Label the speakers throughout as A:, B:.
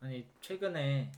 A: 아니 최근에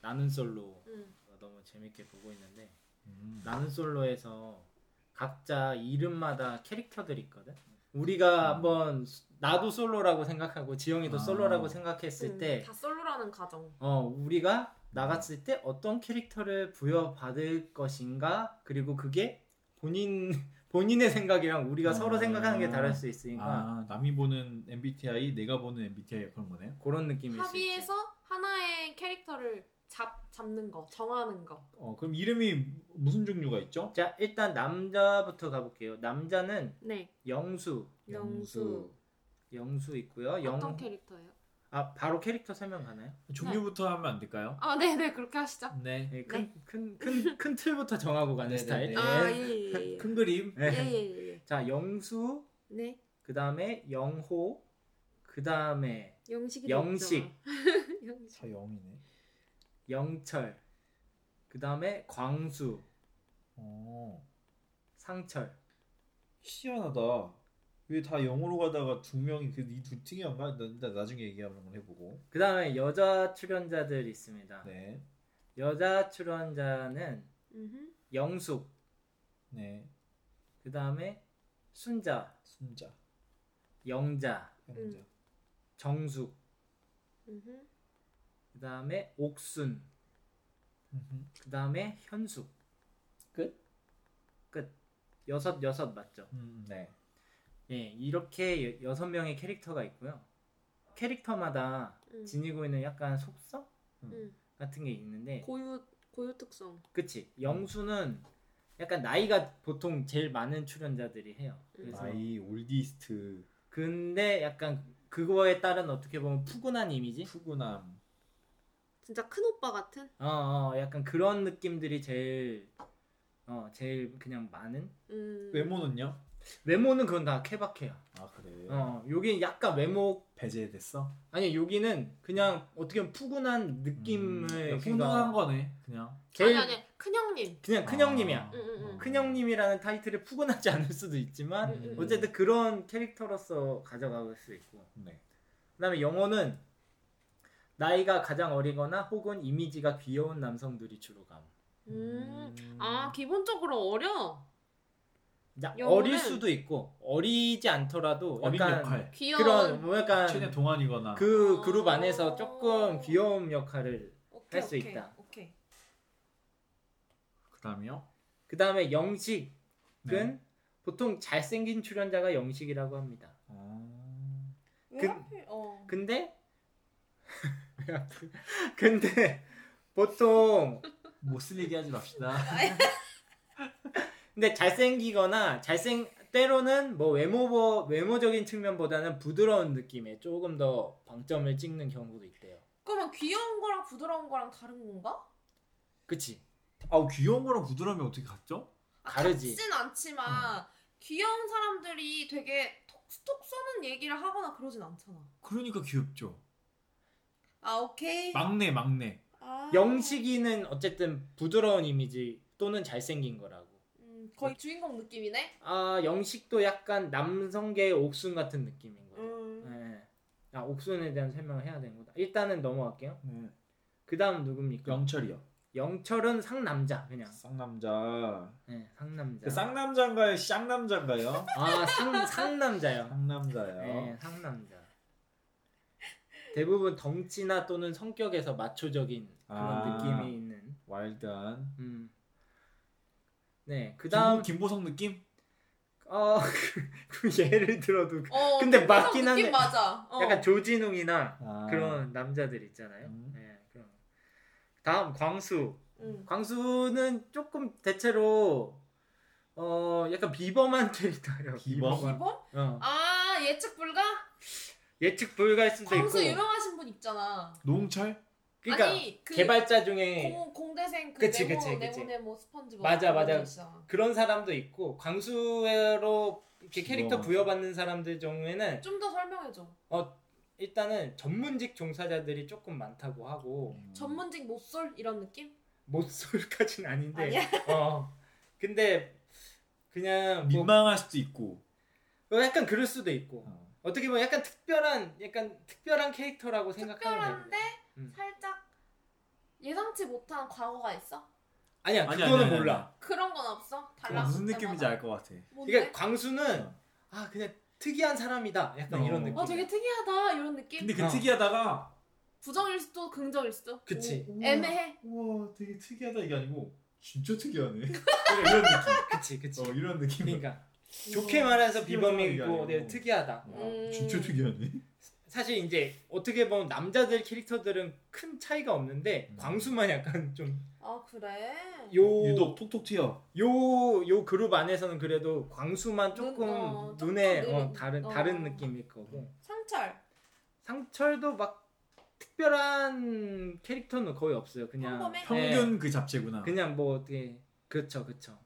A: 나는 솔로
B: 응.
A: 너무 재밌게 보고 있는데
C: 음.
A: 나는 솔로에서 각자 이름마다 캐릭터들이 있거든. 우리가 한번 나도 솔로라고 생각하고 지영이도
C: 음. 아.
A: 솔로라고 생각했을
B: 응.
A: 때,
B: 음. 다 솔로라는 가정.
A: 어 우리가 나갔을 때 어떤 캐릭터를 부여받을 것인가 그리고 그게 본인 본인의 생각이랑 우리가
C: 아.
A: 서로 생각하는 게 다를 수 있으니까
C: 아 남이 보는 MBTI 내가 보는 MBTI 그런 거네요.
A: 그런 느낌일 수 있지.
B: 합의해서 하나의 캐릭터를 잡 잡는 거, 정하는 거.
C: 어 그럼 이름이 무슨 종류가 있죠?
A: 자 일단 남자부터 가볼게요. 남자는
B: 네.
A: 영수
B: 영수.
A: 영수 있고요.
B: 어떤
A: 영...
B: 캐릭터예요?
A: 아 바로 캐릭터 설명 가나요?
C: 종류부터 하면 안 될까요?
B: 아, 네, 네, 그렇게 하시죠.
C: 네.
A: 큰 큰 큰 큰 틀부터 정하고 가는
C: 네,
A: 스타일.
C: 네,
B: 아, 예, 예, 예.
C: 큰 그림.
B: 예,
A: 네.
B: 예, 예, 예.
A: 자 영수
B: 네.
A: 그 다음에 영호 그 다음에
B: 영식이
A: 영식.
B: 됐죠. 영식.
C: 다 영이네.
A: 영철 그 다음에 광수
C: 어
A: 상철
C: 희한하다. 왜 다 영어로 가다가 두 명이 그이둘 특이한가? 나- 일단 나중에 얘기하는 걸 해보고.
A: 그 다음에 여자 출연자들 있습니다.
C: 네.
A: 여자 출연자는
B: 음흠.
A: 영숙
C: 네.
A: 그 다음에 순자
C: 순자.
A: 영자
C: 영자.
A: 정숙
B: 음흠.
A: 그 다음에 옥순
C: 음흠.
A: 그 다음에 현숙
C: 끝?
A: 끝 여섯 여섯 맞죠?
C: 음, 네.
A: 예 이렇게 여- 여섯 명의 캐릭터가 있고요. 캐릭터마다
B: 음.
A: 지니고 있는 약간 속성
B: 음.
A: 같은 게 있는데
B: 고유 고유 특성.
A: 그치 영수는 약간 나이가 보통 제일 많은 출연자들이 해요
B: 음.
A: 그래서
C: 마이 올디스트
A: 근데 약간 그거에 따른 어떻게 보면 푸근한 이미지
C: 푸구남.
B: 진짜 큰 오빠 같은?
A: 어, 어 약간 그런 느낌들이 제일 어 제일 그냥 많은
B: 음.
C: 외모는요?
A: 외모는 그건 다 케바케야
C: 아 그래.
A: 어 여기 약간 외모
C: 배제됐어?
A: 아니 여기는 그냥 어떻게 보면 푸근한 느낌을
C: 음,
A: 그러니까
C: 훈훈한 거네 아. 그냥.
A: 제일
B: 아니 아니 큰 형님.
A: 그냥 큰 형님이야
B: 응, 응, 응.
A: 큰 형님이라는 타이틀을 푸근하지 않을 수도 있지만
B: 음, 음, 음.
A: 어쨌든 그런 캐릭터로서 가져갈 수 있고
C: 네.
A: 그다음에 영어는 나이가 가장 어리거나 혹은 이미지가 귀여운 남성들이 주로 감.
B: 음. 아 기본적으로 어려.
A: 나-
B: 영어는-
A: 어릴 수도 있고 어리지 않더라도
C: 어린
A: 약간
C: 역할.
B: 귀여운.
A: 그런 뭐 약간
C: 최대 동안이거나.
A: 그
B: 아.
A: 그룹 안에서 조금 귀여운 역할을.
B: 오케이,
A: 할수
B: 오케이,
A: 있다.
B: 오케이.
C: 그다음이요?
A: 그다음에 영식은
C: 네.
A: 보통 잘생긴 출연자가 영식이라고 합니다.
C: 아...
B: 왜
A: 그-
B: 하필- 어.
A: 근데 근데 보통
C: 못 쓸리게 하지 맙시다.
A: 근데 잘생기거나 잘생 때로는 뭐 외모 외모적인 측면보다는 부드러운 느낌에 조금 더 방점을 찍는 경우도 있대요.
B: 그러면 귀여운 거랑 부드러운 거랑 다른 건가?
A: 그치?
C: 아 귀여운 거랑 부드러움이 어떻게 같죠?
B: 아,
A: 다르지. 음.
B: 같진 않지만 귀여운 사람들이 되게 톡톡 쏘는 얘기를 하거나 그러진 않잖아.
C: 그러니까 귀엽죠.
B: 아 오케이.
C: 막내 막내.
B: 아.
A: 영식이는 어쨌든 부드러운 이미지 또는 잘생긴 거라고.
B: 음, 거의 주인공 느낌이네.
A: 아 영식도 약간 남성계의 옥순 같은 느낌인 거죠.
B: 음.
A: 예. 아 옥순에 대한 설명을 해야 되는 거다. 일단은 넘어갈게요.
C: 네.
A: 그 다음 누굽니까?
C: 영철이요.
A: 영철은 상남자 그냥.
C: 쌍남자.
A: 예, 상남자.
C: 그 쌍남자인가요? 쌍남자인가요?
A: 아상 상남자요.
C: 쌍남자요.
A: 네, 상남자. 대부분 덩치나 또는 성격에서 마초적인 그런
C: 아.
A: 느낌이 있는.
C: 와일드한.
A: 음. 네, 그다음
C: 김보, 김보성 느낌?
A: 어, 그, 그 예를 들어도 그-
B: 어,
A: 근데
B: 그
A: 맞긴
B: 느낌
A: 한데.
B: 맞아. 어.
A: 약간 조진웅이나
C: 아.
A: 그런 남자들 있잖아요.
C: 음.
A: 네, 그런. 다음 광수.
B: 음.
A: 광수는 조금 대체로 어 약간 비범한 캐릭터예요.
C: 비범?
B: 기본?
A: 어.
B: 아 예측 불가?
A: 예측 불가일 수도 있고.
B: 광수 유명하신 분 있잖아.
C: 노홍철?
A: 그러니까
B: 아니 그
A: 개발자 중에
B: 공, 공대생 그
A: 그치,
B: 네모
A: 그치, 그치.
B: 네모 네모 스펀지 뭐
A: 맞아, 맞아.
B: 아
A: 그런 사람도 있고 광수로 이렇게 캐릭터
C: 뭐.
A: 부여받는 사람들 경우에는
B: 좀더 설명해줘.
A: 일단은 전문직 종사자들이 조금 많다고 하고
B: 전문직 못쏠 이런 느낌?
A: 못쏠까진 아닌데
B: 아니야?
A: 어 근데 그냥 뭐 어,
C: 민망할 수도 있고.
A: 약간 그럴 수도 있고
C: 어.
A: 어떻게 보면 약간 특별한 약간 특별한 캐릭터라고 생각하면
B: 특별한데
A: 음.
B: 살 예상치 못한 과거가 있어?
A: 아니야
C: 아니,
A: 그거는
C: 아니, 아니,
A: 몰라.
B: 그런 건 없어? 달라.
C: 무슨 느낌인지 알 것 같아.
B: 뭔데?
A: 그러니까 광수는 아 그냥 특이한 사람이다 약간
C: 어.
A: 이런 느낌.
B: 어 되게 특이하다 이런 느낌.
C: 근데 그
A: 어.
C: 특이하다가
B: 부정일 수도 긍정일 수도.
A: 그치.
C: 음.
B: 오, 애매해.
C: 우와 되게 특이하다 이게 아니고 진짜 특이하네. 이런 느낌.
A: 그치 그치.
C: 어 이런 느낌.
A: 그러니까 좋게 말해서 비범이고
C: 아니고.
A: 되게 특이하다.
C: 아,
B: 음.
C: 진짜 특이하네.
A: 사실 이제 어떻게 보면 남자들 캐릭터들은 큰 차이가 없는데
C: 음.
A: 광수만 약간 좀 요
B: 아 그래.
C: 유독 톡톡 튀어.
A: 요, 요 그룹 안에서는 그래도 광수만 조금
B: 눈, 어, 조금
A: 눈에
B: 느린-
A: 어, 다른
B: 어.
A: 다른 느낌일 거고
B: 상철
A: 상철도 막 특별한 캐릭터는 거의 없어요. 그냥
B: 평범해?
A: 예,
C: 평균 그 잡채구나.
A: 그냥 뭐 어떻게 그렇죠 그렇죠.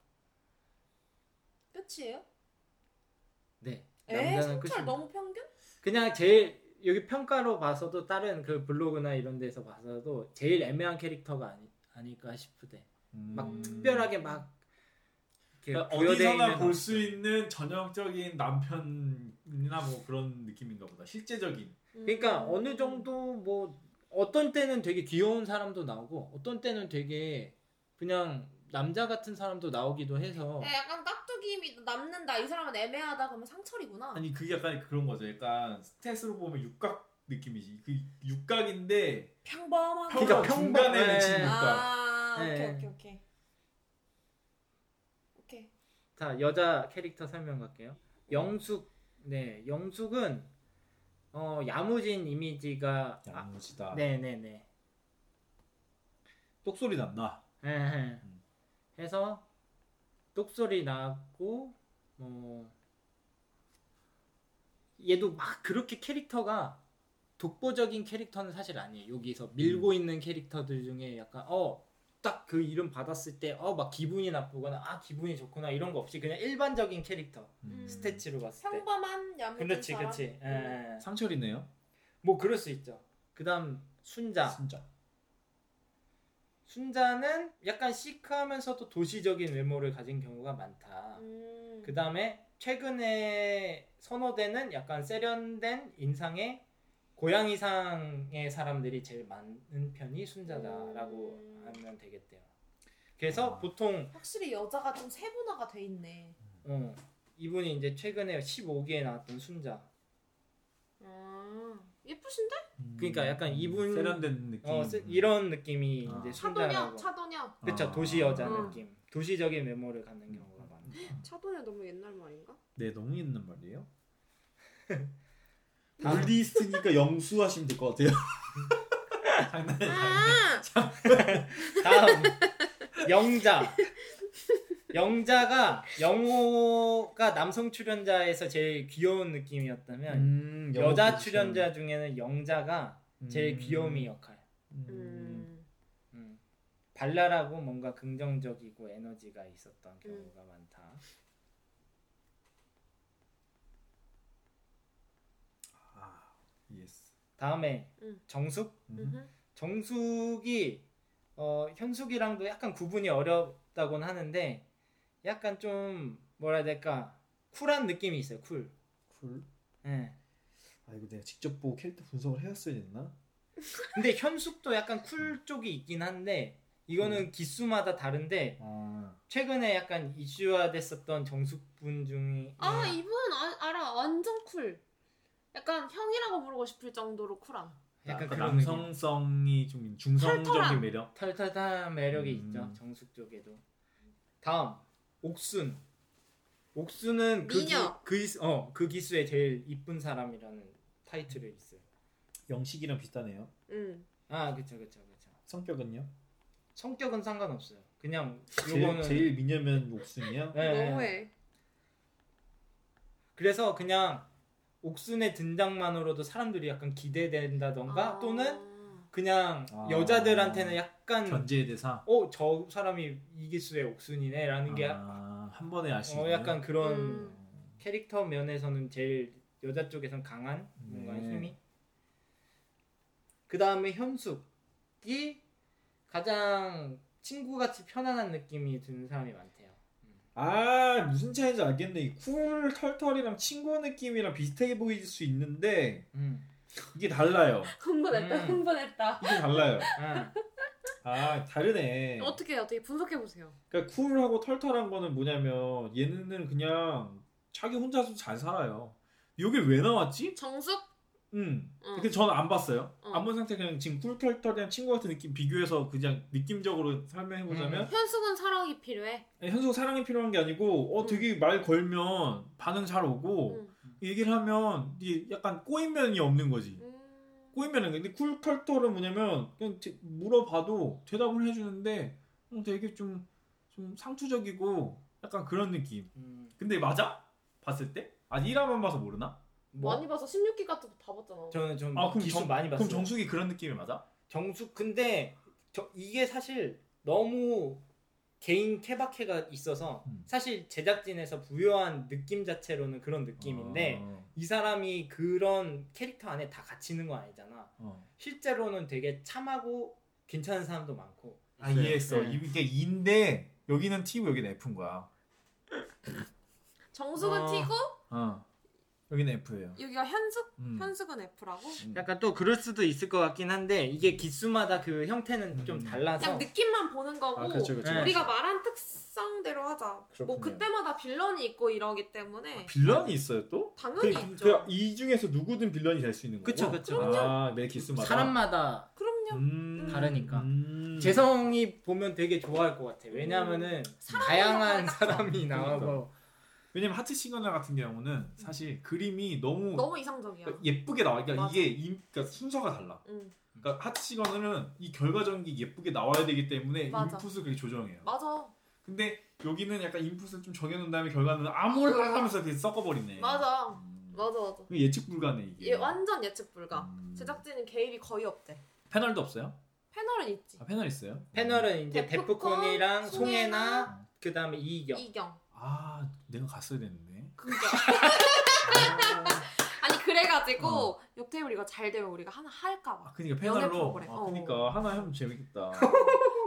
B: 끝이에요?
A: 네.
B: 에
A: 남자는
B: 상철
A: 끝입니다.
B: 너무 평균?
A: 그냥 제일 여기 평가로 봐서도 다른 그 블로그나 이런 데서 봐서도 제일 애매한 캐릭터가 아니, 아닐까 싶으대.
C: 음.
A: 막 특별하게 막 이렇게
C: 그러니까
A: 부여돼
C: 어디서나
A: 있는
C: 볼 수 있는 전형적인 남편이나 뭐 그런 느낌인가 보다. 실제적인.
A: 그러니까
B: 음.
A: 어느 정도 뭐 어떤 때는 되게 귀여운 사람도 나오고 어떤 때는 되게 그냥 남자 같은 사람도 나오기도 해서
B: 야, 어. 약간 깍두기미 남는다 이 사람은 애매하다 그러면 상철이구나.
C: 아니 그게 약간 그런 거죠. 약간 스탯으로 보면 육각 느낌이지. 그 육각인데
B: 평범하고.
A: 그러니까
C: 평범
A: 평범-
C: 중간에
A: 네.
C: 맺힌 육각.
B: 아
A: 네.
B: 오케이 오케이 오케이. 오케이.
A: 자 여자 캐릭터 설명 갈게요. 영숙 네 영숙은 어 야무진 이미지가 아,
C: 양무지다.
A: 네네네.
C: 똑소리 났나?
A: 예. 해서 똑소리 나고 뭐 얘도 막 그렇게 캐릭터가 독보적인 캐릭터는 사실 아니에요. 여기서 밀고 있는 캐릭터들 중에 약간 어 딱 그 이름 받았을 때 어 막 기분이 나쁘거나 아 기분이 좋구나 이런 거 없이 그냥 일반적인 캐릭터
B: 음.
A: 스태치로 봤을 때
B: 평범한 야무진
A: 그렇지
B: 사람.
A: 그렇지 예, 예.
C: 상철이네요.
A: 뭐 그럴 수 있죠 그다음 순자
C: 진짜.
A: 순자는 약간 시크하면서도 도시적인 외모를 가진 경우가 많다.
B: 음.
A: 그 다음에 최근에 선호되는 약간 세련된 인상의 고양이상의 사람들이 제일 많은 편이 순자다라고
B: 음.
A: 하면 되겠대요. 그래서
C: 아.
A: 보통
B: 확실히 여자가 좀 세분화가 돼 있네.
A: 어, 이분이 이제 최근에 15기에 나왔던 순자.
B: 음. 예쁘신데? 음.
A: 그러니까 약간 이분-
C: 세련된 느낌.
A: 어, 세- 이런 느낌이
C: 음. 아.
A: 이제
B: 차도녀,
A: 순자라고.
B: 차도녀.
A: 그쵸
C: 아.
A: 도시 여자
B: 음.
A: 느낌, 도시적인 외모를 갖는
C: 음.
A: 경우가 많아.
B: 차도녀 너무 옛날 말인가?
C: 네, 너무 있는 말이에요.
A: 다음.
C: 올리스트니까 영수 하시면 될 것 같아요. 장난.
B: 아,
A: 다음 영자 영자가 영호가 남성 출연자에서 제일 귀여운 느낌이었다면
C: 음,
A: 여자 출연자 중에는 영자가 제일 귀요미 역할
B: 음.
A: 음. 발랄하고 뭔가 긍정적이고 에너지가 있었던 경우가 많다
C: 아, 예스.
A: 다음에
B: 음.
A: 정숙
C: 음.
A: 정숙이 어, 현숙이랑도 약간 구분이 어렵다곤 하는데 약간 좀 뭐라 해야 될까 쿨한 느낌이 있어요 쿨
C: 쿨.
A: 예.
C: 아 이거 내가 직접 보고 캐릭터 분석을 해왔어야 했나?
A: 근데 현숙도 약간 쿨 쪽이 있긴 한데 이거는 기수마다 다른데
C: 아,
A: 최근에 약간 이슈화됐었던 정숙분 중에
B: 아 이분 아, 알아 완전 쿨. 약간 형이라고 부르고 싶을 정도로 쿨함.
A: 약간
C: 약간
A: 그런 느낌.
C: 남성성이 좀 중성적인
B: 털털한.
C: 매력.
A: 털털한 매력이
C: 음.
A: 있죠 정숙 쪽에도 다음 옥순 옥순은 그
B: 미녀.
A: 그그어그 기수의 제일 이쁜 사람이라는 타이틀을 있어요
C: 영식이랑 비슷하네요.
B: 응.
A: 아 그쵸 그쵸 그쵸
C: 성격은요?
A: 성격은 상관없어요 그냥
C: 제일,
A: 요거는
C: 제일 미녀면 옥순이야?
A: 예, 예.
B: 너무해.
A: 그래서 그냥 옥순의 등장만으로도 사람들이 약간 기대된다던가
B: 아.
A: 또는 그냥
C: 아.
A: 여자들한테는 약간
C: 견제의 대상.
A: 어 저 사람이 이기수의 옥순이네라는 게
C: 아, 한 번에 아시는.
A: 어, 약간 그런
B: 음.
A: 캐릭터 면에서는 제일 여자 쪽에선 강한 뭔가
C: 네.
A: 힘이 그 다음에 현숙이 가장 친구같이 편안한 느낌이 드는 사람이 많대요
C: 아 무슨 차이인지 알겠네. 이쿨 털털이랑 친구 느낌이랑 비슷해 보일 수 있는데
A: 음.
C: 이게 달라요.
B: 흥분했다.
A: 음.
B: 흥분했다.
C: 이게 달라요.
A: 아.
C: 아 다르네.
B: 어떻게 어떻게 분석해 보세요.
C: 그러니까 쿨하고 털털한 거는 뭐냐면 얘네는 그냥 자기 혼자서 잘 살아요. 이게 왜 나왔지?
B: 정숙? 어.
C: 음.
B: 응.
C: 근데 저는 안 봤어요.
B: 어.
C: 안 본 상태 그냥 지금 쿨털털이랑 친구 같은 느낌 비교해서 그냥 느낌적으로 설명해
B: 음.
C: 보자면 예,
B: 현숙은 사랑이 필요해.
C: 현수 사랑이 필요한 게 아니고 어
B: 음.
C: 되게 말 걸면 반응 잘 오고
B: 응.
C: 얘기를 하면 이게 약간 꼬인 면이 없는 거지.
B: 음.
C: 꼬인 면은 근데 쿨털털은 뭐냐면 그냥 대- 물어봐도 대답을 해주는데 음, 되게 좀 좀 상투적이고 약간 그런 느낌.
A: 음,
C: 근데 맞아? 봤을 때? 아 1화만 봐서 모르나?
A: 뭐?
B: 많이 봐서 16기 같은 거 다 봤잖아.
A: 저는 좀
C: 아, 그럼
A: 기수
C: 정-
A: 많이 봤어요.
C: 그럼 정숙이 그런 느낌이 맞아?
A: 정숙 근데 저 이게 사실 너무 개인 케바케가 있어서
C: 음.
A: 사실 제작진에서 부여한 느낌 자체로는 그런 느낌인데
C: 어,
A: 이 사람이 그런 캐릭터 안에 다 갇히는 건 아니잖아.
C: 어.
A: 실제로는 되게 참하고 괜찮은 사람도 많고.
C: 아 이해했어
A: 네.
C: 이게 2인데 여기는 T고 여기는 F인 거야
B: 정숙은
A: 아.
B: T고
C: 어. 여기는 F예요
B: 여기가 현숙?
C: 음.
B: 현숙은 F라고?
C: 음.
A: 약간 또 그럴 수도 있을 것 같긴 한데 이게 기수마다 그 형태는
C: 음.
A: 좀
B: 그냥
A: 달라서
B: 느낌만 보는 거고
C: 아 그렇죠 그렇죠
A: 네.
B: 우리가 말한 특성대로 하자.
C: 그렇군요. 아,
B: 뭐 그때마다 빌런이 있고 이러기 때문에
C: 빌런이 있어요 또?
B: 당연히
C: 그,
B: 있죠.
C: 그, 이 중에서 누구든 빌런이 될 수 있는 거고
A: 그쵸, 그쵸.
C: 아 메기스마다
A: 사람마다
B: 그럼요.
C: 음.
A: 다르니까.
C: 음.
A: 재성이 보면 되게 좋아할 것 같아. 왜냐면은
B: 음.
A: 다양한
B: 역할을 딱
A: 사람이
C: 그러니까.
A: 나오고
C: 왜냐면 하트 시그널 같은 경우는 사실 그림이 너무,
B: 너무 이상적이야. 음.
C: 예쁘게 나와 음. 그러니까
B: 맞아.
C: 이게 이- 그러니까 순서가 달라
B: 응.
C: 그러니까 하트 시그널은 이 결과적인 게 예쁘게 나와야 되기 때문에
B: 맞아.
C: 인풋을 그렇게 조정해요.
B: 맞아.
C: 근데 여기는 약간 인풋을 좀 정해놓은 다음에 결과는 아무렇다 하면서 이렇게 섞어버리네.
B: 맞아.
C: 음.
B: 맞아 맞아.
C: 이거 예측 불가네 이게.
B: 얘 완전 예측 불가.
C: 음.
B: 제작진은 개일이 거의 없대.
C: 패널도 없어요?
B: 패널은 있지.
C: 아 패널 있어요?
A: 패널은 이제
B: 데프콘,
A: 데프콘이랑 송혜나
C: 음.
A: 그 다음에 이경
B: 이경.
C: 아 내가 갔어야 됐는데.
B: 그니까.
C: 아,
B: 아니 그래가지고
C: 어.
B: 욕태우 이가잘 되면 우리가 하나 할까 봐.
C: 아 그러니까
B: 연애
C: 패널로.
B: 프로그램.
C: 아
B: 어.
C: 그러니까 하나 하면 재밌겠다.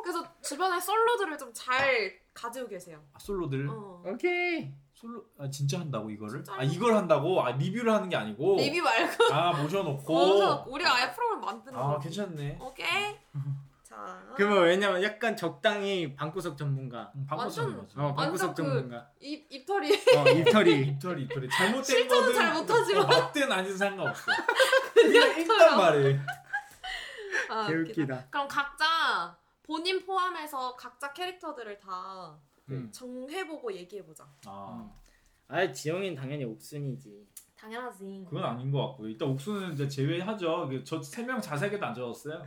B: 그래서 주변에 솔로들을 좀 잘 가지고 계세요.
C: 아, 솔로들
B: 어.
A: 오케이
C: 솔로 아 진짜 한다고 이거를?
B: 진짜
C: 아 이걸 한다고? 아 리뷰를 하는 게 아니고.
B: 리뷰 말고
C: 아 모셔놓고.
B: 거기서 우리가 아예 프로그램 만드는 거.
C: 아 괜찮네.
B: 어. 오케이. 자.
A: 그러면 왜냐면 약간 적당히 방구석 전문가
C: 음, 방법
B: 완전-
C: 쓰는 거죠.
A: 어 방구석
B: 완전 그-
A: 전문가
B: 입 입털이
A: 어 일터리
C: 입털이 입털이 잘못된
B: 실전은
C: 거든
B: 잘 못하지만.
C: 어, 맞든 아닌 상관없어. 그냥 일단 말해.
B: 아, 웃기다.
A: 개웃기다
B: 그럼 각자 본인 포함해서 각자 캐릭터들을 다
A: 음.
B: 정해보고 얘기해보자.
C: 아
A: 아 지영이는 당연히 옥순이지
B: 당연하지.
C: 그건 아닌 것 같고 일단 옥수는 이제 제외하죠. 그 저 세 명 자세하게도 안 적었어요.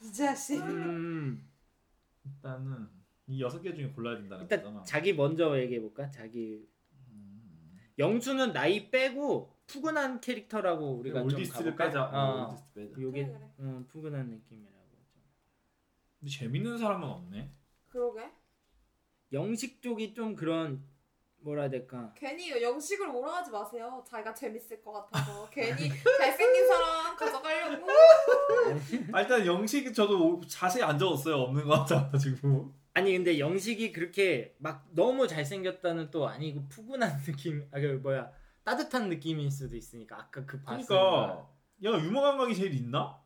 B: 이 자식.
A: 음
C: 일단은 이 여섯 개 중에 골라야 된다는
A: 일단
C: 거잖아.
A: 자기 먼저 얘기해 볼까 자기
C: 음.
A: 영수는 나이 빼고 푸근한 캐릭터라고 우리가 좀
C: 올디스를
A: 가볼까?
C: 빼자. 어,
A: 어,
C: 올디스 빼자.
A: 요게
B: 그래, 그래.
A: 음, 푸근한 느낌이라고
C: 근데 재밌는 사람은 없네.
B: 그러게.
A: 영식 쪽이 좀 그런 뭐라 해야 될까
B: 괜히 영식을 몰아하지 마세요. 자기가 재밌을 것 같아서 괜히 잘생긴 사람 가져가려고.
C: 아, 일단 영식 저도 오- 자세히 안 적었어요. 없는 것 같아가지고.
A: 아니 근데 영식이 그렇게 막 너무 잘생겼다는 또 아니고 푸근한 느낌 아 그 뭐야 따뜻한 느낌일 수도 있으니까 아까 그 봤으니까
C: 그러니까 야 유머 감각이 제일 있나?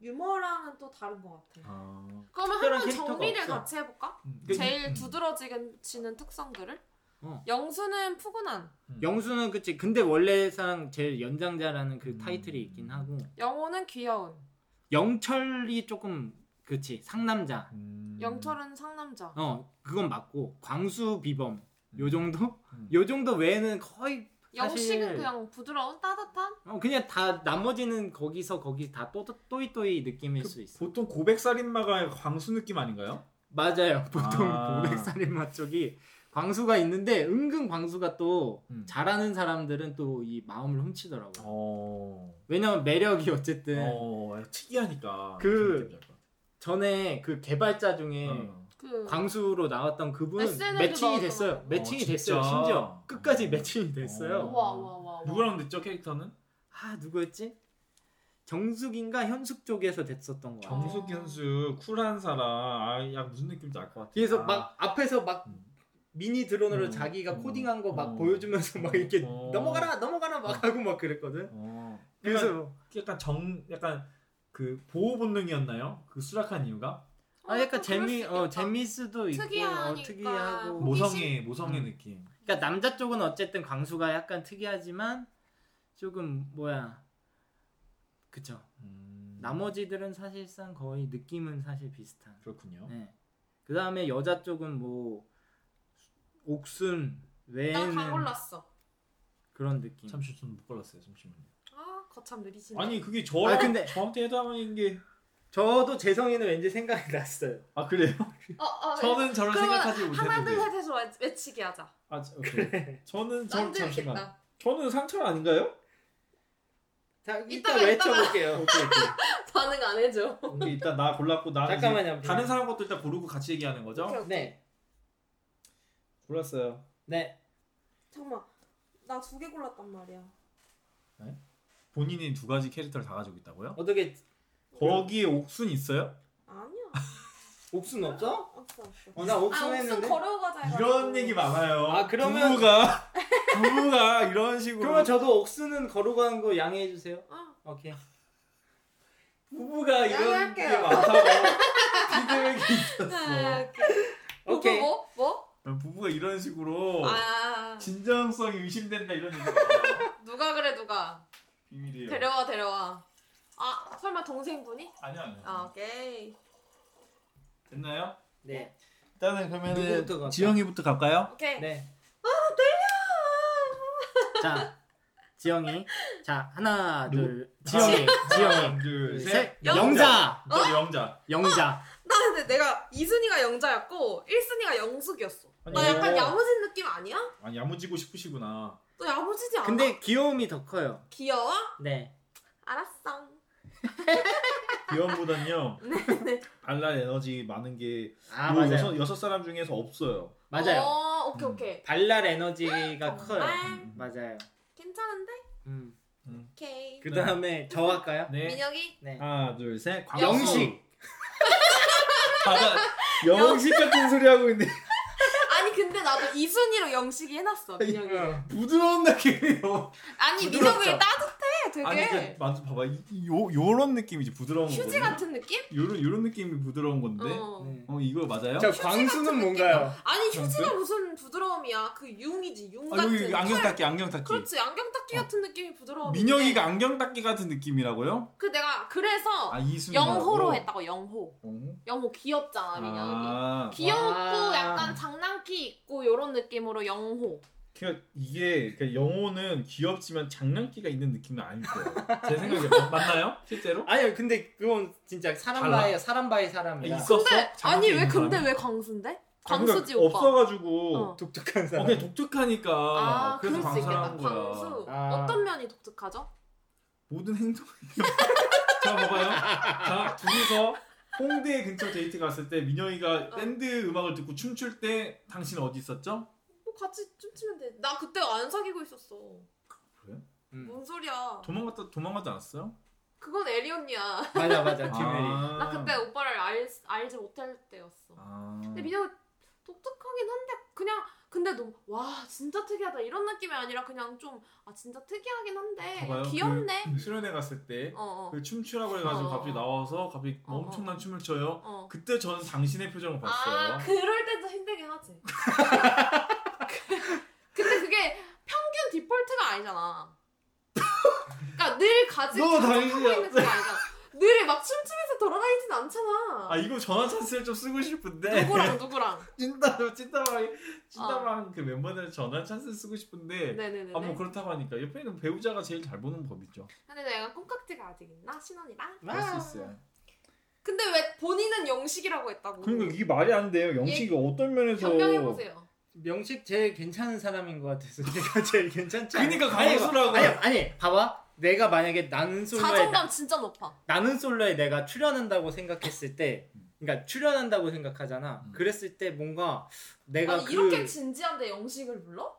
B: 유머랑은 또 다른 것 같아.
C: 아.
B: 그러면
A: 특별한
B: 한번
A: 캐릭터가
B: 정리를
A: 없어. 그
B: 같이 해볼까?
C: 음.
B: 제일
C: 음.
B: 두드러지는 특성들을.
A: 어.
B: 영수는 푸근한.
C: 음.
A: 영수는 그치 근데 원래상 제일 연장자라는 그
C: 음.
A: 타이틀이 있긴 하고
B: 영호는 귀여운.
A: 영철이 조금 그치 상남자
C: 음.
B: 영철은 상남자.
A: 어 그건 맞고 광수 비범 요 정도
C: 음.
A: 요 정도 외에는 거의
B: 영식은
A: 사실-
B: 그냥 부드러운 따뜻한.
A: 어, 그냥 다 나머지는 거기서 거기 다 또, 또이또이 느낌일
C: 그
A: 수 있어
C: 보통 고백살인마가 광수 느낌 아닌가요?
A: 맞아요. 보통
C: 아.
A: 고백살인마 쪽이 광수가 있는데 은근 광수가 또
C: 음.
A: 잘하는 사람들은 또 이 마음을 훔치더라고요.
C: 어.
A: 왜냐면 매력이 어쨌든
C: 어 특이하니까.
A: 그-
C: 그런 느낌이랄까.
A: 전에 그 개발자 중에
C: 어.
B: 그
A: 광수로 나왔던 그분
B: SNL 도
A: 매칭이
B: 나왔던
A: 됐어요.
B: 거.
A: 매칭이
C: 어,
A: 됐어요.
C: 진짜?
A: 심지어 끝까지
C: 어.
A: 매칭이 됐어요.
C: 어.
B: 와, 와, 와, 와.
C: 누구랑 됐죠 캐릭터는?
A: 아 누구였지? 정숙인가 현숙 쪽에서 됐었던 거 같아요.
B: 정-
C: 정숙 현수 쿨한 사람. 아, 야 무슨 느낌인지 알 것 같아.
A: 그래서
C: 아.
A: 막 앞에서 막
C: 음.
A: 미니 드론으로
C: 음.
A: 자기가
C: 음.
A: 코딩한 거 막
C: 음.
A: 보여주면서 막 이렇게
C: 어. 아.
A: 어, 넘어가라 넘어가라 막 하고 막 그랬거든.
C: 어.
A: 그래서
C: 약간 정 약간 그 보호 본능이었나요? 그 수락한 이유가
A: 아 약간
B: 또 그럴
A: 재미
B: 수
A: 어
B: 있겠다.
A: 재미 수도 있고
B: 특이하니까.
A: 어, 특이하고
B: 뭐-
C: 모성의 모성의
A: 음.
C: 느낌.
A: 그러니까 남자 쪽은 어쨌든 광수가 약간 특이하지만 조금 뭐야 그쵸
C: 음,
A: 나머지들은 사실상 거의 느낌은 사실 비슷한
C: 그렇군요.
A: 네. 그 다음에 여자 쪽은 뭐 옥순
B: 난다
A: 외에는
B: 골랐어.
A: 그런 느낌
C: 잠시 좀못 골랐어요. 잠시만요.
B: 아 거참 느리시네.
C: 아니 그게 저
A: 아, 근데-
C: 저한테 해당하는 게 아
A: 저도 재성이는 왠지 생각이 났어요
C: 그래요?
B: 어, 어,
C: 저는 저를
B: 그러면
C: 생각하지
B: 하나 둘
C: 못했는데.
B: 셋 해서 외- 외치기 하자.
C: 아 저- 오케이. 저는 저
B: 난
C: 잠시만.
B: 들겠다.
C: 저는 상처 아닌가요?
A: 자
B: 이따가,
A: 이따
B: 이따가.
A: 외쳐볼게요
C: 오케이 오케이.
B: 반응 안 해줘.
C: 오케이 일단 나 골랐고 나
A: 잠깐만요
C: 다른 사람 것도 일단 고르고 같이 얘기하는 거죠?
B: 오케이, 오케이.
A: 네네 네.
C: 골랐어요.
B: 잠깐만 나 두 개 골랐단 말이야.
C: 본인이 두 가지 캐릭터를 다 가지고 있다고요?
A: 어떻게
C: 네. 거기에 옥순 있어요?
B: 아니야.
A: 옥순 없어?
B: 없어 없어.
A: 어, 나
B: 아 네.
A: 옥순
B: 옥순
A: 했는데
B: 걸어가자 해가지고.
C: 이런 얘기 많아요.
A: 아, 그러면-
C: 부부가 부부가 이런 식으로
A: 그러면 저도 옥순은 거르고한 거 양해해 주세요
B: 어.
A: 오케이 부부가 이런 게
B: 양해할게요.
A: 많다고
C: 피드백이
B: 네,
C: 있었어.
A: 오케이
B: 뭐? 뭐?
C: 부부가 이런 식으로
B: 뭐? 아
C: 진정성이 의심된다 이런 얘기
B: 누가 그래 누가
C: 비밀이에요.
B: 데려와 데려와. 아 설마 동생분이?
C: 아니야 아니야.
B: 아 오케이.
C: 됐나요?
A: 네
C: 일단은
A: 누구부터 갈까요?
C: 지영이부터 갈까요?
B: 오케이.
A: 네.
B: 아 떨려.
A: 자, 지영이. 자, 하나,
C: 누구?
A: 둘. 지영이. 지영이.
C: 하나, 둘,
A: 둘,
C: 셋.
A: 셋.
B: 영자. 어?
A: 영자.
C: 저 영자.
A: 영자.
B: 나 근데 내가 2순위가 영자였고 1순위가 영숙이었어. 나
A: 네.
C: 아니,
B: 약간
C: 어.
B: 야무진 느낌 아니야?
C: 아니 야무지고 싶으시구나.
B: 너 야무지지 않아?
A: 근데 귀여움이 더 커요.
B: 귀여워?
A: 네.
B: 알았어.
C: 귀염보단요.
B: 네네.
C: 발랄 에너지 많은 게
A: 아,
C: 요
A: 맞아요.
C: 여섯, 여섯 사람 중에서 없어요.
A: 맞아요.
B: 어, 오케이
C: 음.
B: 오케이.
A: 발랄 에너지가
B: 정말
A: 커요.
C: 음.
A: 맞아요.
B: 괜찮은데?
A: 음.
C: 음.
B: 오케이.
A: 그 다음에 저 할까요?
C: 네.
B: 민혁이
A: 네.
C: 하나, 둘, 셋.
A: 영식.
C: 맞아. 영식 같은 소리 하고 있네.
B: 아니 근데 나도 2순위로 영식이 해놨어 민혁이
C: 부드러운 느낌이요.
B: 아니
A: 부드럽죠?
B: 민혁이 따뜻해 되게
C: 아니 그 맞아 봐봐 이, 이- 요 요런 느낌이지 부드러운 거.
B: 휴지 같은 느낌?
C: 요런 요런 느낌이 부드러운 건데.
B: 어.
C: 어,
A: 그 네.
C: 이거 맞아요?
A: 자,
B: 휴지
A: 광수는
B: 같은
A: 뭔가요?
B: 아니
C: 그래?
B: 휴지가 무슨 부드러움이야 그 융이지 융
C: 아,
B: 같은 그렇죠.
C: 여기 안경
B: 털.
C: 닦기 안경 닦기.
B: 그렇지 안경 닦기
C: 어.
B: 같은 느낌이 부드러워
C: 민혁이가
B: 네.
C: 안경 닦기 같은 느낌이라고요?
B: 그 내가 그래서
C: 아 이순이
B: 영호로 했다고 영호
C: 영호.
B: 영호 귀엽잖아 민혁이
C: 아,
B: 귀엽고
A: 아.
B: 약간 장난기 있고 요런 느낌으로 영호
C: 그러니까 이게 그러니까 영호는 귀엽지만 장난기가 있는 느낌은 아닐 거예요. 제 생각에 어, 맞- 맞나요? 실제로?
A: 아니요, 근데 그건 진짜 사람
C: 달라?
A: 바이 사람 바이 사람이야.
C: 아, 있었어?
B: 근데
C: 장난기
B: 네. 아니 왜
C: 있는
B: 근데
C: 사람이?
B: 왜 광수인데?
C: 아,
B: 광수지
C: 그러니까
B: 오빠
C: 없어가지고
B: 어.
A: 독특한
C: 어,
A: 사람.
C: 그냥 독특하니까
B: 아,
C: 그래서
B: 그럴 수 있겠다.
C: 방사한 거야.
B: 광수.
A: 아.
B: 어떤 면이 독특하죠?
C: 모든 행동이 자 봐봐요 자 둘이서 홍대 근처 데이트 갔을 때 민영이가
B: 어.
C: 밴드 음악을 듣고 춤출 때 당신 어디 있었죠?
B: 뭐 같이 춤추면 돼. 나 그때 안 사귀고 있었어.
A: 음.
B: 뭔 소리야?
C: 도망갔다 도망가지 않았어요?
B: 그건 에리 언니야.
A: 맞아, 맞아. 뒷메리.
B: 나 그때 오빠를 알, 알지 못할 때였어.
C: 아.
B: 근데 민혁 독특하긴 한데 그냥 근데 너 와 진짜 특이하다 이런 느낌이 아니라 그냥 좀 아 진짜 특이하긴 한데
C: 봐봐요.
B: 귀엽네.
C: 그 수련회 갔을 때
B: 어 어.
C: 그 춤추라고 해가지고
B: 어.
C: 갑자기 나와서 갑자기 뭐
B: 어.
C: 엄청난 춤을 춰요
B: 어.
C: 그때 저는 당신의 표정을 봤어요
B: 아 그럴 때도 힘들긴 하지. 근데 그게 평균 디폴트가 아니잖아. 그러니까 늘 가지고
C: 너
B: 자주 하고
C: 당신이야.
B: 있는 그거 아니잖아. 늘 막 춤추면서 돌아다니진 않잖아.
C: 아, 예. 이거 전화 찬스를 좀 쓰고 싶은데
B: 누구랑 누구랑. 어.
C: 찐따로 찐따방 찐따방 그 멤버들 전화 찬스 쓰고 싶은데
B: 네네네.
C: 아뭐 그렇다고 하니까 옆에 있는 배우자가 제일 잘 보는 법이죠.
B: 근데 내가 콩깍지가 아직 있나 신원이랑.
A: 아.
B: 근데 왜 본인은 영식이라고 했다고?
C: 그러니까 이게 말이 안
B: 예.
C: 돼요. 영식이 어떤 면에서
B: 변명해 보세요.
A: 명식 제일 괜찮은 사람인 것 같아서 제가 제일 괜찮지 않아요?
C: 그니까 광수라고.
A: 아니 아니 봐봐 내가 만약에 나는 솔로에
B: 자존감 진짜 높아.
A: 나는 솔로에 내가 출연한다고 생각했을 때 그러니까 출연한다고 생각하잖아
C: 음.
A: 그랬을 때 뭔가 내가
B: 아니
A: 그
B: 이렇게 진지한데 영식을 불러?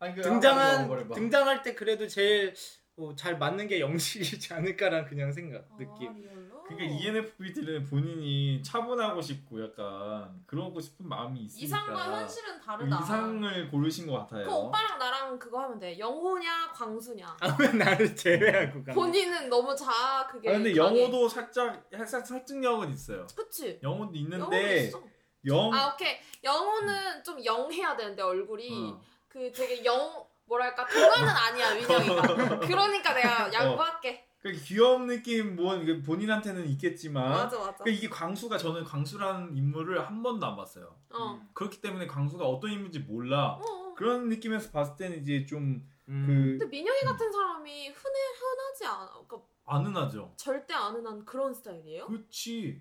C: 아니, 그
A: 등장한
C: 한번 먹어봐.
A: 등장할 때 그래도 제일 어, 잘 맞는 게 영식이지 않을까라는 그냥 생각
B: 아,
A: 느낌.
B: 리얼로?
C: 그러니까 ENFP들은 본인이 차분하고 싶고 약간 그러고 싶은 마음이 있으니까
B: 이상과 현실은 다르다.
C: 이상을 고르신 것 같아요.
B: 그 오빠랑 나랑 그거 하면 돼. 영호냐 광수냐.
A: 아왜 나를 제외하고 가?
B: 본인은 너무 자 그게.
C: 그러니까. 아, 근데
B: 강해.
C: 영어도 살짝 살짝 설득력은 있어요.
B: 그치.
C: 영어도
B: 영호도
C: 있는데
B: 있어.
C: 영 음.
B: 아 오케이. 영호는 좀 영해야 되는데 얼굴이
C: 어.
B: 그 되게 영 뭐랄까 동화는 아니야 민영이가. 그러니까
C: 어.
B: 내가 양보할게.
C: 그 귀여운 느낌 뭐 이게 본인한테는 있겠지만
B: 맞아 맞아.
C: 그 이게 광수가 저는 광수라는 인물을 한 번도 안 봤어요.
B: 어.
C: 그렇기 때문에 광수가 어떤 인물인지 몰라.
B: 어, 어.
C: 그런 느낌에서 봤을 때는 이제 좀
A: 음.
C: 그-
B: 근데 민영이 같은 사람이 흔해 흔하지 않아. 그러니까
C: 아는하죠.
B: 절대 안 흔한 그런 스타일이에요?
C: 그렇지.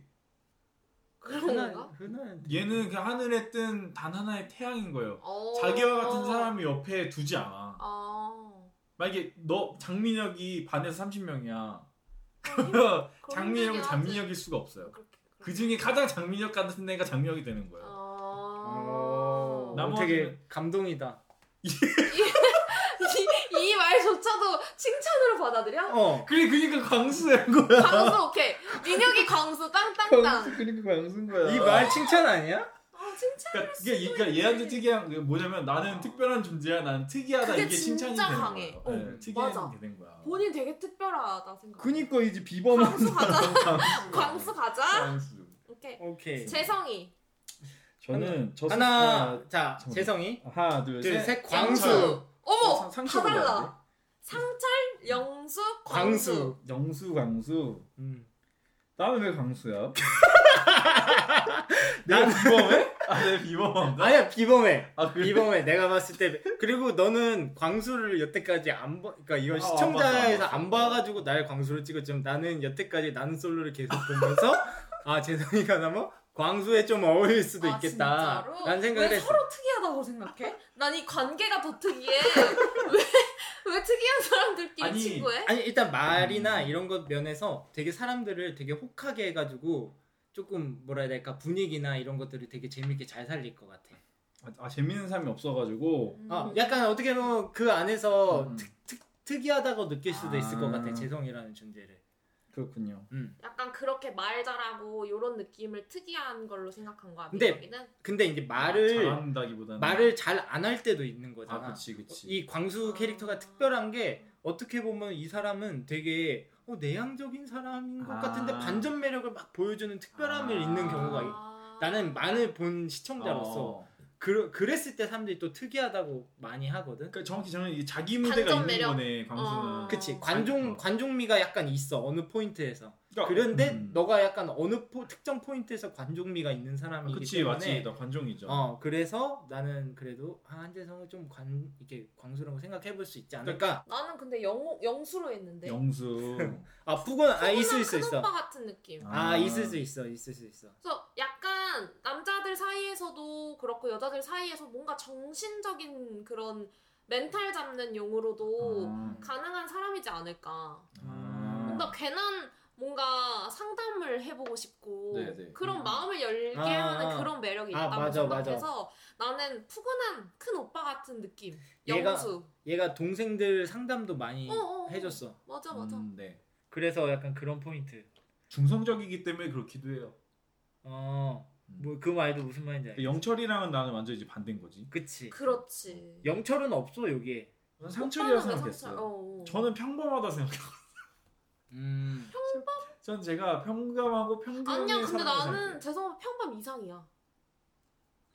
B: 그런
A: 흔한
B: 건가?
A: 흔한
C: 얘는 그 하늘에 뜬 단 하나의 태양인 거예요.
B: 어.
C: 자기와 같은 사람이 옆에 두지 않아.
B: 아.
C: 만약에 너 장민혁이 반에서 30명이야. 장민혁은
B: 그런 얘기
C: 장민혁일
B: 하지.
C: 수가 없어요.
B: 그렇게- 그렇게.
C: 그 중에 가장 장민혁 같은 애가 장민혁이 되는 거예요.
A: 어,
B: 아.
C: 남-
A: 되게 감동이다.
B: 이 말조차도 칭찬으로 받아들여?
A: 어.
C: 그래 그러니까 광수인 거야.
B: 광수 오케이. 민혁이 광수
C: 광수
B: 땅땅땅.
C: 그러니까 광수인 거야.
A: 이 말 칭찬 아니야?
B: 아 칭찬.
C: 그러니까 이게 그러니까 얘한테 특이한 게 뭐냐면 나는 특별한 존재야. 난 특이하다
B: 어. 그게
C: 이게 칭찬이
B: 진짜
C: 되는
B: 강해.
C: 거야.
B: 어,
C: 네,
B: 맞아.
C: 특이한 게 된 거야.
B: 본인 되게 특별하다 생각.
C: 그니까 이제 비범한
B: 광수 가자.
C: 광수.
B: 광수 가자.
C: 광수.
B: 오케이.
C: 네.
A: 오케이.
B: 재성이.
C: 저는 저
A: 하나
C: 아,
A: 자
C: 잠깐만.
A: 재성이
C: 스타- 하나 둘,
A: 둘
C: 셋.
A: 셋 광수
B: 광수. 어머.
C: 상-
B: 다
C: 상처를 내야 돼?
B: 달라. 상철, 영수, 광수.
A: 광수.
C: 영수 광수.
A: 음.
C: 나는 왜 광수야? 내가 비범해? 아, 내가 비범한다.
A: 아니야 비범해
C: 아, 그래?
A: 비범해 내가 봤을 때 그리고 너는 광수를 여태까지 안 봐, 그러니까 이건
C: 아,
A: 시청자에서
C: 맞아, 맞아.
A: 안 봐가지고 날 광수로 찍었지만 나는 여태까지 나는 솔로를 계속 보면서 아 재성이가 나면 광수에 좀 어울릴 수도
B: 아,
A: 있겠다
B: 진짜로?
A: 난 생각을
B: 왜
A: 했어
B: 서로 특이하다고 생각해? 난 이 관계가 더 특이해. 왜, 왜 특이한 사람들끼리
C: 아니,
B: 친구해?
A: 아니 일단 말이나
C: 음.
A: 이런 것 면에서 되게 사람들을 되게 혹하게 해가지고 조금 뭐라 해야 될까 분위기나 이런 것들을 되게 재밌게 잘 살릴 것 같아
C: 아, 아, 재밌는 사람이 없어가지고.
A: 아,
B: 음.
A: 약간 어떻게 보면 그 안에서
C: 음,
A: 특이하다고 느낄 수도 있을 것 같아
C: 아.
A: 재성이라는 존재를
C: 그렇군요.
A: 음.
B: 약간 그렇게 말 잘하고 이런 느낌을 특이한 걸로 생각한 거야.
A: 근데
B: 민혁이는?
A: 근데 이제 말을
C: 잘한다기보다는.
A: 말을 잘 안 할 때도 있는
C: 아,
A: 아, 거잖아. 아.
C: 그치, 그치.
A: 이 광수 캐릭터가 특별한 게 어떻게 보면 이 사람은 되게 어, 내향적인 사람인 것
C: 아.
A: 같은데 반전 매력을 막 보여주는 특별함을
C: 아.
A: 있는 경우가 있.
B: 아.
A: 나는 많을 본 시청자로서
C: 어.
A: 그, 그랬을 때 사람들이 또 특이하다고 많이 하거든.
C: 그러니까 정확히 저는 이게 자기 무대가
B: 반전
C: 있는
B: 매력.
C: 거네, 광수는.
B: 어.
A: 그치 관종
C: 어.
A: 관종미가 약간 있어 어느 포인트에서
C: 그러니까-
A: 그런데
C: 음.
A: 너가 약간 어느 포, 특정 포인트에서 관종미가 있는
C: 아,
A: 사람이기
C: 그치,
A: 때문에
C: 맞지. 나 관종이죠.
A: 어 그래서 나는 그래도 아, 한재성을 좀 관 이렇게 광수라고 생각해 볼 수 있지
C: 그러니까
A: 않을까
B: 나는 근데 영 영수로 했는데.
C: 영수.
A: 아프건 아 있을 수
B: 큰
A: 있어
B: 오빠 같은 느낌.
A: 아 있을 수 있어 있을 수 있어
B: 그래서 약간 남자들 사이에서도 그렇고 여자들 사이에서 뭔가 정신적인 그런 멘탈 잡는 용으로도
C: 아.
B: 가능한 사람이지 않을까.
C: 아.
B: 나 괜한 그러니까 뭔가 상담을 해보고 싶고
C: 네네.
B: 그런
C: 음.
B: 마음을 열게
A: 아,
B: 하는
A: 아.
B: 그런 매력이
A: 아,
B: 있다고
A: 맞아, 맞아.
B: 생각해서 나는 푸근한 큰 오빠 같은 느낌.
A: 얘가-
B: 영수.
A: 얘가 동생들 상담도 많이
B: 어, 어, 어.
A: 해줬어
B: 맞아 맞아.
C: 음, 네.
A: 그래서 약간 그런 포인트
C: 중성적이기 때문에 그렇기도 해요.
A: 어뭐 그 말도 무슨 말인지 알겠어
C: 음. 영철이랑은 나는 완전 이제 반대인 거지.
A: 그치
B: 그렇지.
A: 영철은 없어 여기에
C: 저는 상철이라
B: 오빠는 왜
C: 생각했어요.
B: 상철? 어, 어.
C: 저는 평범하다 생각해요.
A: 음
C: 전 제가 평범하고 평균의
B: 아니야 근데
C: 사람이라고
B: 나는
C: 생각해요.
B: 죄송한 평범 이상이야.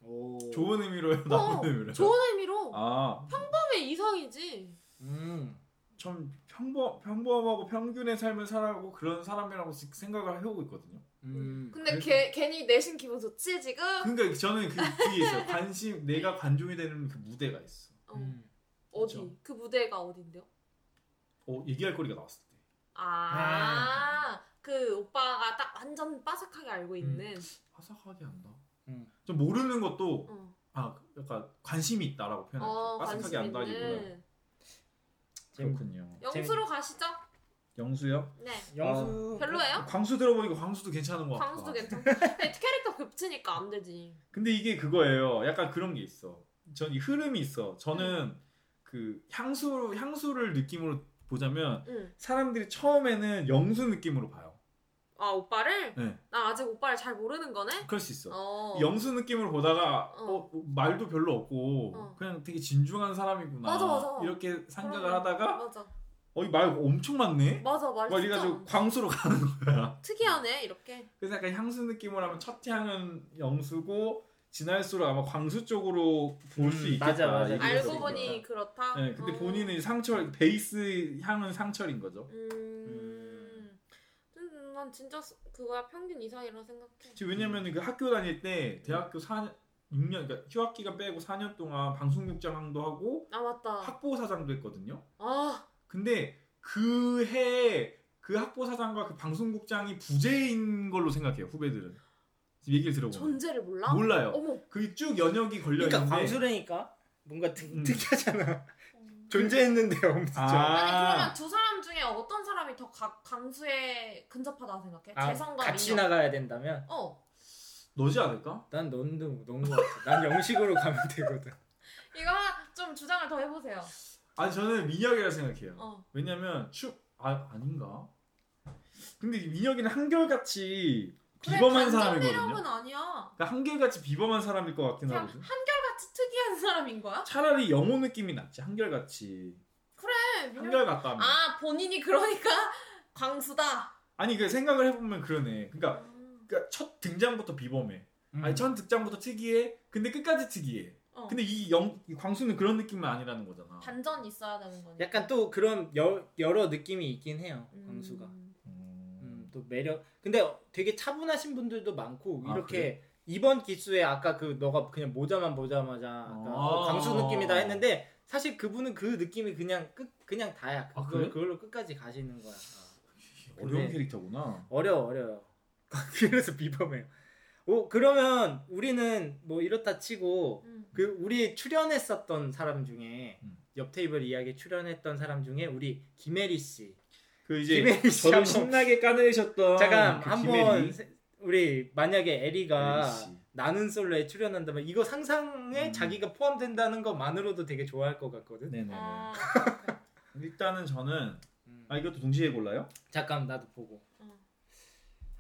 A: 오.
C: 좋은 의미로요,
B: 어,
C: 나쁜 의미로요.
B: 좋은 의미로
C: 아,
B: 평범의 이상이지.
A: 음.
C: 전 평범 평범하고 평균의 삶을 살아가고 그런 사람이라고 지- 생각을 해오고 있거든요.
A: 음.
B: 근데
C: 그래서-
B: 걔, 괜히 내신 기분 좋지 지금?
C: 그러니까 저는 그 그게 있어요. 관심 내가 관종이 되는 그 무대가 있어.
B: 어,
A: 음.
B: 어디?
C: 그렇죠.
B: 그 무대가 어딘데요?
C: 어 얘기할 거리가 나왔을 때.
B: 아,
C: 네.
B: 그 오빠가 딱 완전 빠삭하게
C: 음.
B: 알고 있는.
C: 화사하게 한다.
A: 음.
C: 좀 모르는 것도
B: 어,
C: 아 약간 관심이 있다라고 표현할게요.
B: 어
C: 네, 빠삭하게
B: 관심
C: 안다기보다
B: 있는.
A: 재밌-
C: 그렇군요.
B: 영수로 가시죠.
C: 영수요? 어.
B: 네.
C: 아,
A: 영수
B: 별로예요?
C: 광수 들어보니까 어. 광수도 괜찮은 것 같아.
B: 광수도 괜찮고. 근데 캐릭터 겹치니까 안 되지.
C: 근데 이게 그거예요. 약간 그런 게
B: 네.
C: 있어. 전 이 흐름이 있어. 저는 그 향수 향수를 느낌으로 보자면
B: 응.
C: 사람들이 처음에는 영수 느낌으로 봐요.
B: 아 오빠를?
C: 네,
B: 나 아직 오빠를 잘 모르는 거네.
C: 그럴 수 있어.
B: 어.
C: 영수 느낌으로 보다가
B: 어.
C: 어, 말도 별로 없고
B: 어.
C: 그냥 되게 진중한 사람이구나
B: 맞아, 맞아.
C: 이렇게 생각을
B: 그러네.
C: 하다가
B: 맞아.
C: 어 말 엄청 많네.
B: 맞아 말
C: 막
B: 진짜
C: 이래가지고 광수로 가는 거야.
B: 특이하네 이렇게.
C: 그래서 약간 향수 느낌으로 하면 첫 향은 영수고 지날수록 아마 광수 쪽으로 볼 수
A: 음,
C: 있겠다.
A: 맞아, 맞아.
C: 이게
B: 알고
A: 그래서
B: 보니 그렇다.
C: 네, 근데
B: 어.
C: 본인은 상철 베이스 향은 상철인 거죠.
B: 음. 음, 난 진짜 스- 그거야 평균 이상이라고 생각해.
C: 지금 왜냐면 그 학교 다닐 때 대학교 4년 6년 그러니까 휴학 기간 빼고 4년 동안 방송국장도 하고
B: 아 맞다.
C: 학보 사장도 했거든요.
B: 아
C: 근데 그 해에 그 학보 사장과 그 방송국장이 부재인 걸로 생각해요 후배들은 지금 얘기를 들어보면
B: 존재를 몰라?
C: 몰라요.
B: 어머.
C: 그게 쭉 연역이 걸려
A: 그러니까
C: 있는데
A: 광수라니까 뭔가 특,
C: 음.
A: 특이하잖아. 존재했는데 엄청.
C: 아.
B: 아니 그러면 두 사람 중에 어떤 사람이 더 가, 강수에 근접하다고 생각해?
A: 아,
B: 재성과
A: 같이
B: 민혁.
A: 나가야 된다면
B: 어
C: 너지 않을까?
A: 난 넌도 넌 거 같아. 난 영식으로 가면 되거든.
B: 이거 좀 주장을 더 해보세요.
C: 아니 저는 민혁이라 생각해요.
B: 어.
C: 왜냐면 축아 아닌가? 근데 이 민혁이는 한결같이
B: 그래,
C: 비범한
B: 반전
C: 사람이거든요.
B: 매력은 아니야.
C: 그러니까 한결같이 비범한 사람일 것 같긴
B: 그냥
C: 하거든.
B: 한결같이 특이한 사람인 거야?
C: 차라리 영호 느낌이 낫지 한결같이
B: 네, 민혁-
C: 한결같다면
B: 아 본인이 그러니까 광수다.
C: 아니 그 생각을 해보면 그러네. 그러니까,
B: 음,
C: 그러니까 첫 등장부터 비범해. 아니
A: 저-
C: 첫 등장부터 특이해. 근데 끝까지 특이해.
B: 어.
C: 근데 이영 광수는 그런 느낌은 아니라는 거잖아.
B: 반전이 있어야 되는 거니까.
A: 약간 또 그런 여, 여러 느낌이 있긴 해요.
B: 음.
A: 광수가. 음,
C: 음.
A: 또 매력. 근데 되게 차분하신 분들도 많고
C: 아,
A: 이렇게 이번 기수에 아까 그 너가 그냥 모자만 보자마자 아까
C: 아.
A: 어, 강수 느낌이다 했는데 사실 그분은 그 느낌이 그냥 끝 그냥 다야.
C: 아,
A: 그걸
C: 그래?
A: 그걸로 끝까지 가시는 거야. 어.
C: 그 어려운
A: 근데-
C: 캐릭터구나.
A: 어려워 어려워. 그래서 비범해요. 오 그러면 우리는 뭐 이렇다 치고
B: 음.
A: 그 우리 출연했었던 사람 중에
C: 음.
A: 옆 테이블 이야기 출연했던 사람 중에 우리 김혜리 씨.
C: 그 이제
A: 김혜리 씨
C: 저를
A: 한번
C: 신나게 까내셨던
A: 잠깐
C: 그
A: 한번
C: 김혜리.
A: 세- 우리 만약에 에리가
C: 에리 씨.
A: 나는 솔로에 출연한다면 이거 상상에
C: 음.
A: 자기가 포함된다는 것만으로도 되게 좋아할 것 같거든.
C: 네네네.
B: 아,
C: 일단은 저는
A: 음.
C: 아 이것도 동시에 골라요?
A: 잠깐 나도 보고.
B: 어.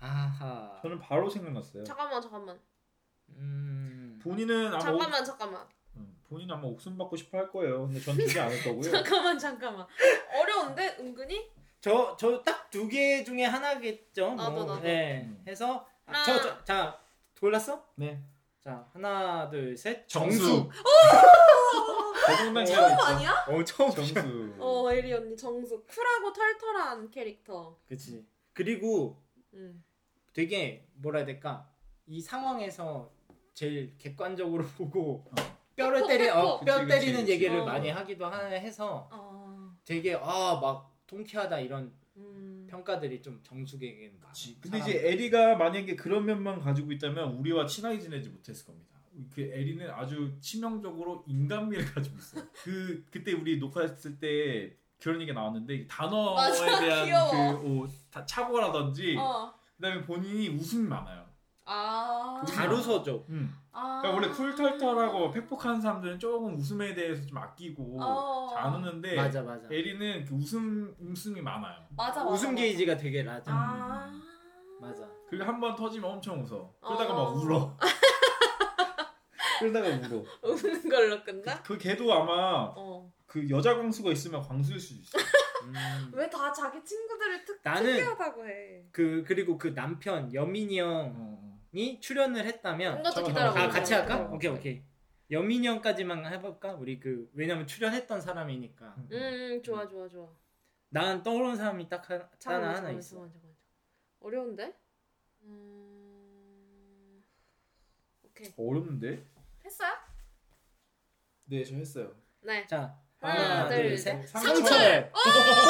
A: 아하.
C: 저는 바로 생각났어요.
B: 잠깐만 잠깐만
A: 음.
C: 본인은 네. 아마 뭐- 옥,
B: 잠깐만 잠깐만
C: 음, 본인 아마 옥순 받고 싶어 할 거예요. 근데 전 주지 않을 거고요.
B: 잠깐만 잠깐만 어려운데 은근히
A: 저저 딱 두 개 중에 하나겠죠.
B: 나도,
A: 뭐.
B: 나도.
A: 네.
C: 음.
A: 해서
B: 하나.
A: 저자 골랐어?
C: 네.
A: 자 하나 둘 셋.
C: 거짓말
A: 오,
B: 처음
C: 제가 있죠.
B: 어! 아니야?
A: 어 처음.
C: 정수.
B: 어 에리 언니 정수 쿨하고 털털한 캐릭터
A: 그치. 그리고
B: 음.
A: 되게 뭐라 해야 될까 이 상황에서 제일 객관적으로 보고
C: 어.
A: 뼈를
B: 팩폭,
A: 때리 어,
B: 팩폭.
A: 뼈
C: 그치, 그치,
A: 때리는
C: 그치.
A: 얘기를
B: 어.
A: 많이 하기도 하, 해서
B: 어,
A: 되게 아 막 통쾌하다 이런
B: 음.
A: 평가들이 좀 정숙에게는 많아.
C: 근데 이제 에리가 만약에 그런 면만 가지고 있다면 우리와 친하게 지내지 못했을 겁니다. 그 에리는 아주 치명적으로 인간미를 가지고 있어요. 그 그때 우리 녹화했을 때 그런 얘기 나왔는데 단어에
B: 맞아,
C: 대한
B: 귀여워.
C: 그 오, 다 착오라든지
B: 어.
C: 그다음에 본인이 웃음이 많아요.
B: 아.
A: 잘 웃어줘
C: 음.
B: 아.
C: 그러니까 원래 쿨털털하고 팩폭한 사람들은 조금 웃음에 대해서 좀 아끼고
B: 어.
C: 잘 안 웃는데
A: 네. 맞아 맞아
C: 에리는 그 웃음 웃음이 많아요.
B: 맞아, 맞아
A: 웃음
B: 맞아.
A: 게이지가 되게 낮아
B: 아.
C: 음.
A: 맞아
C: 그리고 한 번 터지면 엄청 웃어. 그러다가
B: 어.
C: 막 울어. 그러다가 울어.
B: 웃는 걸로 끝나?
C: 그 걔도 아마
B: 어.
C: 그 여자 광수가 있으면 광수일 수도 있어.
A: 음.
B: 왜 다 자기 친구들을 특
A: 나는-
B: 특이하다고 해?
A: 그 그리고 그 남편 여민이
C: 어,
A: 형이
C: 어.
A: 출연을 했다면
B: 뭔가 좀
C: 잠깐만,
B: 기다려.
A: 아
C: 잠깐만.
A: 같이 할까?
C: 어,
A: 오케이
C: 그래.
A: 오케이 여민이 형까지만 해볼까? 우리 그 왜냐면 출연했던 사람이니까
C: 음.
B: 음, 음, 좋아 좋아 좋아.
A: 난 떠오르는 사람이 딱 하나, 딱
B: 잠깐만,
A: 하나
B: 잠깐만,
A: 있어
B: 잠깐만, 잠깐만. 어려운데? 음... 오케이.
C: 어렵는데?
B: 했어요?
C: 네, 저 했어요.
B: 네.
A: 자
B: 하나,
A: 하나
B: 둘,
A: 둘셋
C: 셋.
A: 상철
C: 뭐라,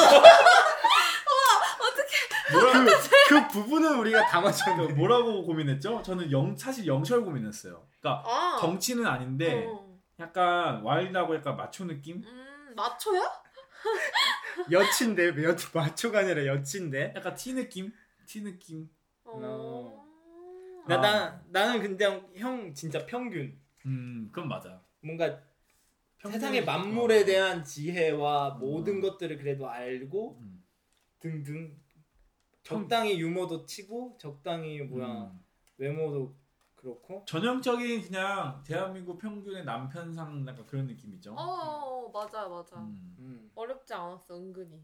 A: 그 부분은 우리가 다
C: 그
A: 맞췄는데
C: 뭐라고 고민했죠? 저는 영 사실 영철 고민했어요. 그러니까
B: 아.
C: 정치는 아닌데
B: 어.
C: 약간 와일드하고 약간 마초 느낌?
B: 음, 맞춰요?
A: 여친데 그 여 마초가 아니라 여친데
C: 약간 티 느낌? 티 느낌?
B: 어.
A: 나,
C: 아.
A: 나 나는 근데 형 진짜 평균
C: 음, 그건 맞아.
A: 뭔가 세상의 만물에 대한 지혜와 모든 것들을 그래도 알고
C: 음.
A: 등등 적당히 유머도 치고 적당히 뭐야
C: 음.
A: 외모도 그렇고
C: 전형적인 그냥 대한민국 평균의 남편상 약간 그런 느낌이죠.
B: 어, 어, 어, 맞아 맞아.
C: 음.
A: 음.
B: 어렵지 않았어 은근히.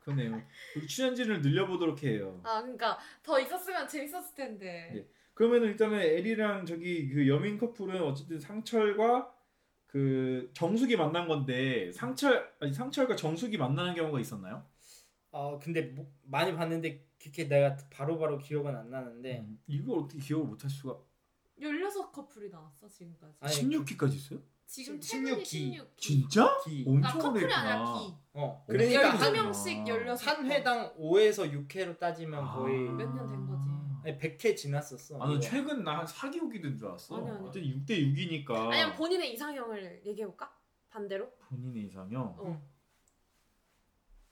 C: 그러네요. 우리 출연진을 늘려보도록 해요.
B: 아 그러니까 더 있었으면 재밌었을 텐데.
C: 예. 그러면 일단은 에리랑 저기 그 여민 커플은 어쨌든 상철과 그 정숙이 만난 건데 상철 아니 상철과 정숙이 만나는 경우가 있었나요?
A: 아 근데 뭐- 많이 봤는데 그렇게 내가 바로바로 기억은 안
B: 네.
A: 나는데
C: 음, 이걸 어떻게 기억을 못할 수가?
B: 16 커플이 나왔어 지금까지.
A: 아니,
C: 16기까지 있어요?
B: 지금
A: 십-
B: 최근이
A: 16기.
B: 16기.
C: 진짜?
A: 기.
B: 그 아
C: 엄청
B: 커플이 아니라
C: 오래구나.
B: 기.
A: 어
B: 그러니까
A: 그러니까
B: 한
A: 한,
B: 명씩 열려서
A: 한 회당 5에서 6회로 따지면 거의
B: 몇 년된 거지?
A: 아니, 100회 지났었어.
C: 아. 아니
A: 이거.
C: 최근 나한 4개월 기된 줄 알았어.
B: 아니, 아니.
C: 어쨌든 6대 6이니까.
B: 아니면 본인의 이상형을 얘기해 볼까? 반대로?
C: 본인의 이상형.
B: 어.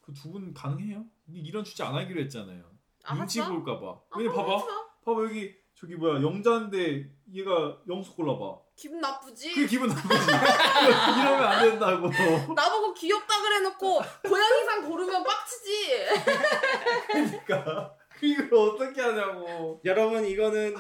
C: 그 두 분 가능해요? 근데 이런 주제 안 하기로 했잖아요.
B: 아,
C: 눈치
B: 하자.
C: 볼까봐.
B: 아,
C: 왜냐 봐봐.
B: 하자.
C: 봐봐 여기 저기 뭐야 영자인데 얘가 영수 골라봐.
B: 기분
C: 그게
B: 나쁘지.
C: 기분 나쁘지. 이러면 안 된다고.
B: 나보고 귀엽다 그래놓고 고양이상 고르면 빡치지.
C: 그러니까 이걸 어떻게 하냐고.
A: 여러분 이거는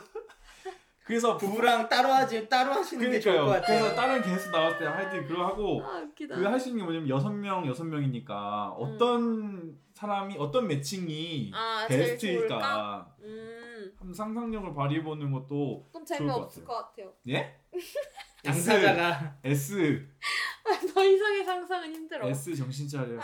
C: 그래서 부부랑
A: 부부랑 따로 하지 따로 하시는 게 좋을 것
C: 그러니까요.
A: 같아요.
C: 그래서 다른 개수 나왔을 때 하여튼 그거 하고
B: 아 웃기다.
C: 그 할 수 있는 게 뭐냐면 여섯 명 여섯 명이니까 어떤 사람이 어떤 매칭이
B: 아 제일 좋을까?
C: 베스트일까
B: 음
C: 한번 상상력을 발휘해보는 것도
B: 그럼
C: 좋을
B: 재미없을
C: 것
B: 것 같아요.
A: 당사자가
C: S
B: 더 이상의 상상은 힘들어.
C: S 정신 차려